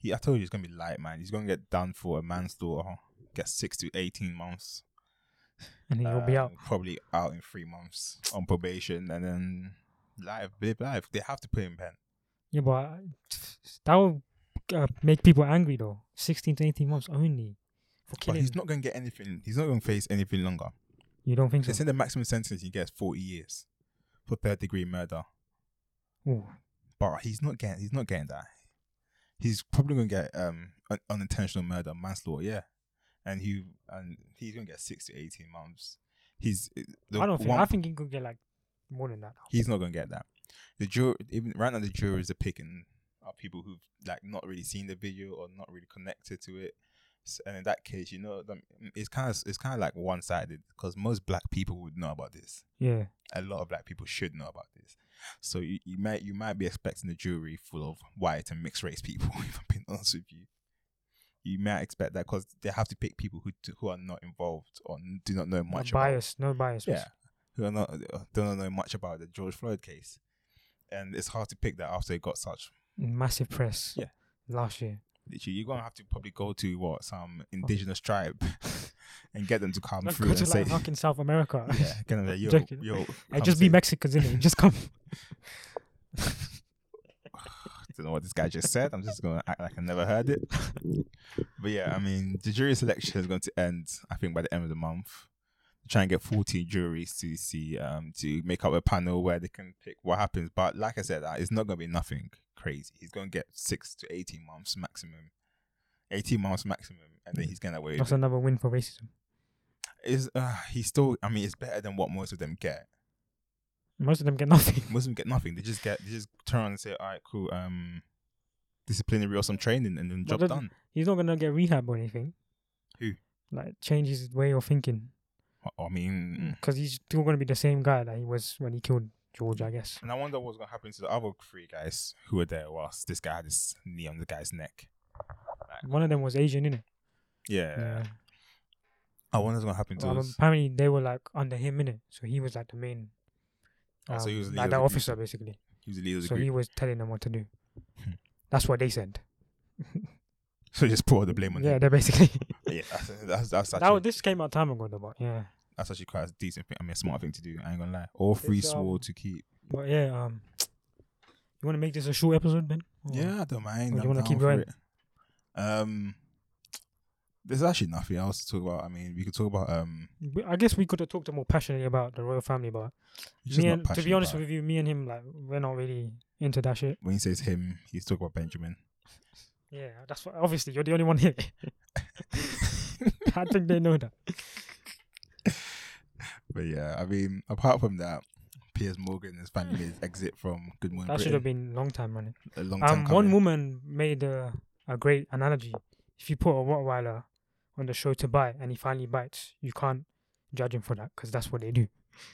Speaker 1: He, I told you, he's gonna be light, man. He's gonna get done for a manslaughter, get six to eighteen months.
Speaker 2: And he'll be out.
Speaker 1: um, Probably out in three months on probation, and then live, live life. They have to put him in pen.
Speaker 2: Yeah, but [sighs] uh, that would uh, make people angry though. 16 to 18 months only for
Speaker 1: But
Speaker 2: killing.
Speaker 1: he's not going to get anything. He's not going to face anything longer.
Speaker 2: you don't think
Speaker 1: They
Speaker 2: so?
Speaker 1: say the maximum sentence he gets forty years for third degree murder,
Speaker 2: Ooh.
Speaker 1: but he's not getting. He's not getting that. He's probably going to get um un- unintentional murder, manslaughter. Yeah, and he and he's going to get six to eighteen months. He's the
Speaker 2: I don't think.
Speaker 1: one
Speaker 2: I think he could get like more than that.
Speaker 1: he's not gonna get that. The jury, even right now, the jurors are picking up people who've like not really seen the video or not really connected to it. S- And in that case, you know, them- it's kind of it's kind of like one sided because most black people would know about this.
Speaker 2: Yeah.
Speaker 1: A lot of black people should know about this. So you, you might you might be expecting a jury full of white and mixed race people. [laughs] If I'm being honest with you, you might expect that because they have to pick people who who are not involved or n- do not know
Speaker 2: No
Speaker 1: much. about
Speaker 2: bias, no bias.
Speaker 1: yeah, who are not uh, don't know much about the George Floyd case, and it's hard to pick that after it got such.
Speaker 2: Massive press.
Speaker 1: Yeah.
Speaker 2: Last year.
Speaker 1: Literally, you're gonna have to probably go to what some indigenous tribe [laughs] and get them to come
Speaker 2: Not
Speaker 1: through
Speaker 2: go
Speaker 1: and [laughs]
Speaker 2: to
Speaker 1: say,
Speaker 2: like fucking South America. [laughs]
Speaker 1: yeah, get them there. Yo,
Speaker 2: joking.
Speaker 1: yo,
Speaker 2: Hey,
Speaker 1: come
Speaker 2: just be
Speaker 1: to-
Speaker 2: Mexicans in it. Just come.
Speaker 1: don't know what this guy just said. I'm just gonna act like I never heard it. But yeah, I mean, the jury selection is going to end. I think by the end of the month, try and get 14 juries to see um to make up a panel where they can pick what happens. But like I said, uh, it's not gonna be nothing crazy. He's gonna get six to 18 months maximum, 18 months maximum, and then he's gonna [laughs] wait.
Speaker 2: That's another win for racism.
Speaker 1: Is uh, he's still? I mean, it's better than what most of them get.
Speaker 2: Most of them get [laughs] nothing.
Speaker 1: Most of them get nothing. They just get they just turn around and say, "All right, cool. Um, disciplinary or some training, and then
Speaker 2: But
Speaker 1: job
Speaker 2: that-
Speaker 1: done."
Speaker 2: He's not gonna get rehab or anything.
Speaker 1: Who?
Speaker 2: Like change his way of thinking
Speaker 1: I- I mean,
Speaker 2: because he's still gonna be the same guy that he was when he killed George, I guess.
Speaker 1: And I wonder what's gonna happen to the other three guys who were there whilst this guy had his knee on the guy's neck.
Speaker 2: One of them was Asian, innit?
Speaker 1: Yeah. I wonder what's gonna happen to
Speaker 2: Um,
Speaker 1: us.
Speaker 2: apparently they were like under him, innit? So he was like the main.
Speaker 1: Ah, so he
Speaker 2: um,
Speaker 1: was the leader
Speaker 2: like the
Speaker 1: of the group.
Speaker 2: officer, basically.
Speaker 1: He was the leader of the
Speaker 2: So
Speaker 1: group. [laughs]
Speaker 2: he was telling them what to do.
Speaker 1: Hmm.
Speaker 2: That's what they said.
Speaker 1: so just put all the blame on
Speaker 2: Yeah,
Speaker 1: him.
Speaker 2: they basically. [laughs]
Speaker 1: Yeah, that's that's, that's,
Speaker 2: that, was-
Speaker 1: actually,
Speaker 2: this came out time ago, though, but yeah.
Speaker 1: that's actually quite a decent thing. I mean, a smart thing to do. I ain't gonna lie. All three
Speaker 2: It's,
Speaker 1: swore
Speaker 2: um,
Speaker 1: to keep.
Speaker 2: But yeah, um, you want to make this a short episode, Ben? Or-
Speaker 1: Yeah, I don't mind.
Speaker 2: or do you
Speaker 1: I'm
Speaker 2: wanna
Speaker 1: down
Speaker 2: keep
Speaker 1: for
Speaker 2: going?
Speaker 1: it. Um, there's actually nothing else to talk about. I mean, we could talk about um.
Speaker 2: We- I guess we could have talked more passionately about the royal family, but
Speaker 1: he's just
Speaker 2: me
Speaker 1: not
Speaker 2: and, to be
Speaker 1: passionate
Speaker 2: honest
Speaker 1: about it.
Speaker 2: with you, me and him, like, we're not really into that shit.
Speaker 1: when he says him, he's talking about Benjamin.
Speaker 2: Yeah, that's what, obviously you're the only one here. [laughs] I think they know
Speaker 1: [laughs]
Speaker 2: that.
Speaker 1: But yeah, I mean, apart from that, Piers Morgan has finally made his exit from Good Morning
Speaker 2: That should have
Speaker 1: Britain.
Speaker 2: been long time running.
Speaker 1: a long time
Speaker 2: Um, one
Speaker 1: coming.
Speaker 2: woman made a, a great analogy. If you put a Rottweiler on the show to bite and he finally bites, you can't judge him for that because that's what they do.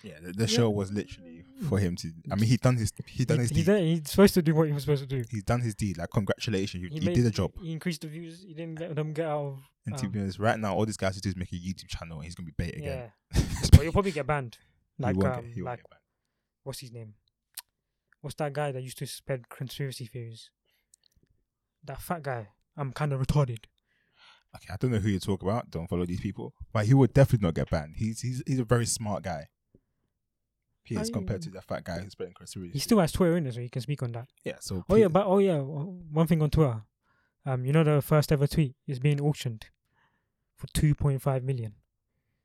Speaker 1: yeah, the, the show was literally for him to. I mean, he done his he done his
Speaker 2: He, he's,
Speaker 1: deed.
Speaker 2: there- he's supposed to do what he was supposed to do.
Speaker 1: He's done his deed. Like congratulations, you,
Speaker 2: He
Speaker 1: you
Speaker 2: made-
Speaker 1: did a job.
Speaker 2: He increased the views. He didn't let them get out of.
Speaker 1: And to
Speaker 2: um,
Speaker 1: be honest, right now all this guy's to do is make a YouTube channel, and he's gonna be bait again.
Speaker 2: yeah,
Speaker 1: [laughs]
Speaker 2: but you'll probably get banned. Like,
Speaker 1: he won't
Speaker 2: um,
Speaker 1: get, he won't
Speaker 2: like
Speaker 1: get back.
Speaker 2: what's his name? What's that guy that used to spread conspiracy theories? That fat guy. I'm kind of retarded.
Speaker 1: Okay, I don't know who you talk about. Don't follow these people. But he will definitely not get banned. He's he's he's a very smart guy. Piers
Speaker 2: I-
Speaker 1: compared to the fat guy who's spreading conspiracy.
Speaker 2: He still has Twitter in there, so he can speak on that.
Speaker 1: yeah. So
Speaker 2: Oh yeah,
Speaker 1: Piers-
Speaker 2: but oh yeah, o- one thing on Twitter. Um, you know the first ever tweet is being auctioned for two point five million.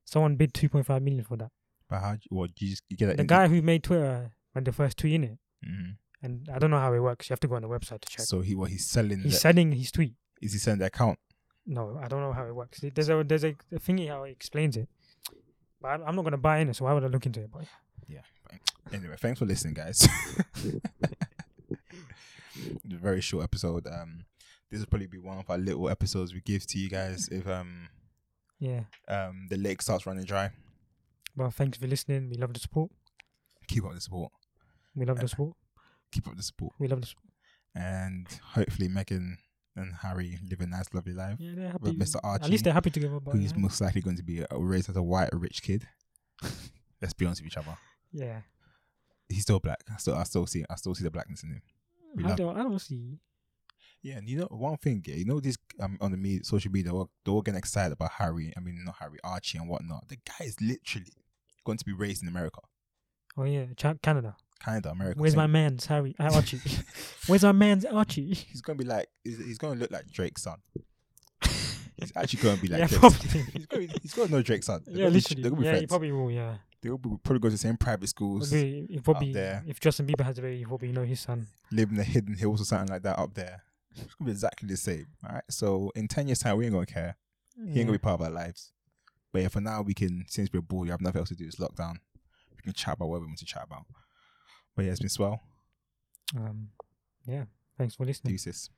Speaker 2: Someone bid two point five million for that.
Speaker 1: but how? do you- What you just you get that
Speaker 2: The
Speaker 1: in-
Speaker 2: guy who made Twitter when the first tweet in it,
Speaker 1: Mhm.
Speaker 2: and I don't know how it works. You have to go on the website to check.
Speaker 1: So he what he's selling?
Speaker 2: He's
Speaker 1: the-
Speaker 2: selling his tweet.
Speaker 1: is he selling the account?
Speaker 2: No, I don't know how it works. There- There's a there's a a thingy how it explains it, but I'm I'm not gonna buy in it, so why would I look into it? But
Speaker 1: Anyway, thanks for listening, guys. [laughs] Very short episode. Um, this will probably be one of our little episodes we give to you guys if um
Speaker 2: yeah,
Speaker 1: um the lake starts running dry.
Speaker 2: well thanks for listening. We love the support.
Speaker 1: Keep up the support.
Speaker 2: We love the support.
Speaker 1: Keep up the support,
Speaker 2: We love the support.
Speaker 1: and hopefully Megan and Harry live a nice, lovely life.
Speaker 2: Yeah, they're
Speaker 1: But
Speaker 2: happy.
Speaker 1: Mr.
Speaker 2: At
Speaker 1: Archie,
Speaker 2: least they're happy together. But
Speaker 1: who's
Speaker 2: yeah.
Speaker 1: most likely going to be uh, raised as a white, rich kid. [laughs] Let's be honest with each other.
Speaker 2: yeah.
Speaker 1: He's still black. I still, I still see, I still see the blackness in him. We
Speaker 2: I
Speaker 1: love-
Speaker 2: don't, I don't see.
Speaker 1: Yeah, and you know one thing, yeah, you know this um, on the media, social media, they're all, they're all getting excited about Harry. I mean, not Harry, Archie and whatnot. The guy is literally going to be raised in America,
Speaker 2: Oh yeah, Cha- Canada.
Speaker 1: Canada, America.
Speaker 2: Where's
Speaker 1: so
Speaker 2: my man's Harry uh, Archie? [laughs] Where's my man's
Speaker 1: [laughs]
Speaker 2: Archie?
Speaker 1: He's gonna be like, he's, he's gonna look like Drake's
Speaker 2: [laughs]
Speaker 1: son. He's actually gonna be like,
Speaker 2: yeah,
Speaker 1: Drake's
Speaker 2: probably.
Speaker 1: [laughs] He's, gonna be, he's gonna know Drake's son. They're
Speaker 2: yeah,
Speaker 1: gonna Be,
Speaker 2: literally.
Speaker 1: they're gonna be
Speaker 2: yeah,
Speaker 1: friends.
Speaker 2: he probably will. Yeah,
Speaker 1: They'll be- probably go to the same private schools,
Speaker 2: probably, he probably
Speaker 1: there.
Speaker 2: if Justin Bieber has a baby, he probably know his son.
Speaker 1: live in the hidden hills or something like that up there. It's gonna be exactly the same. All right. So in ten years' time, we ain't gonna care. He ain't gonna
Speaker 2: Mm.
Speaker 1: be part of our lives. But yeah, for now we can since we're bored, we have nothing else to do, it's lockdown. We can chat about what we want to chat about. But yeah, it's been swell.
Speaker 2: Yeah. Um, yeah. Thanks for listening.
Speaker 1: Deuces.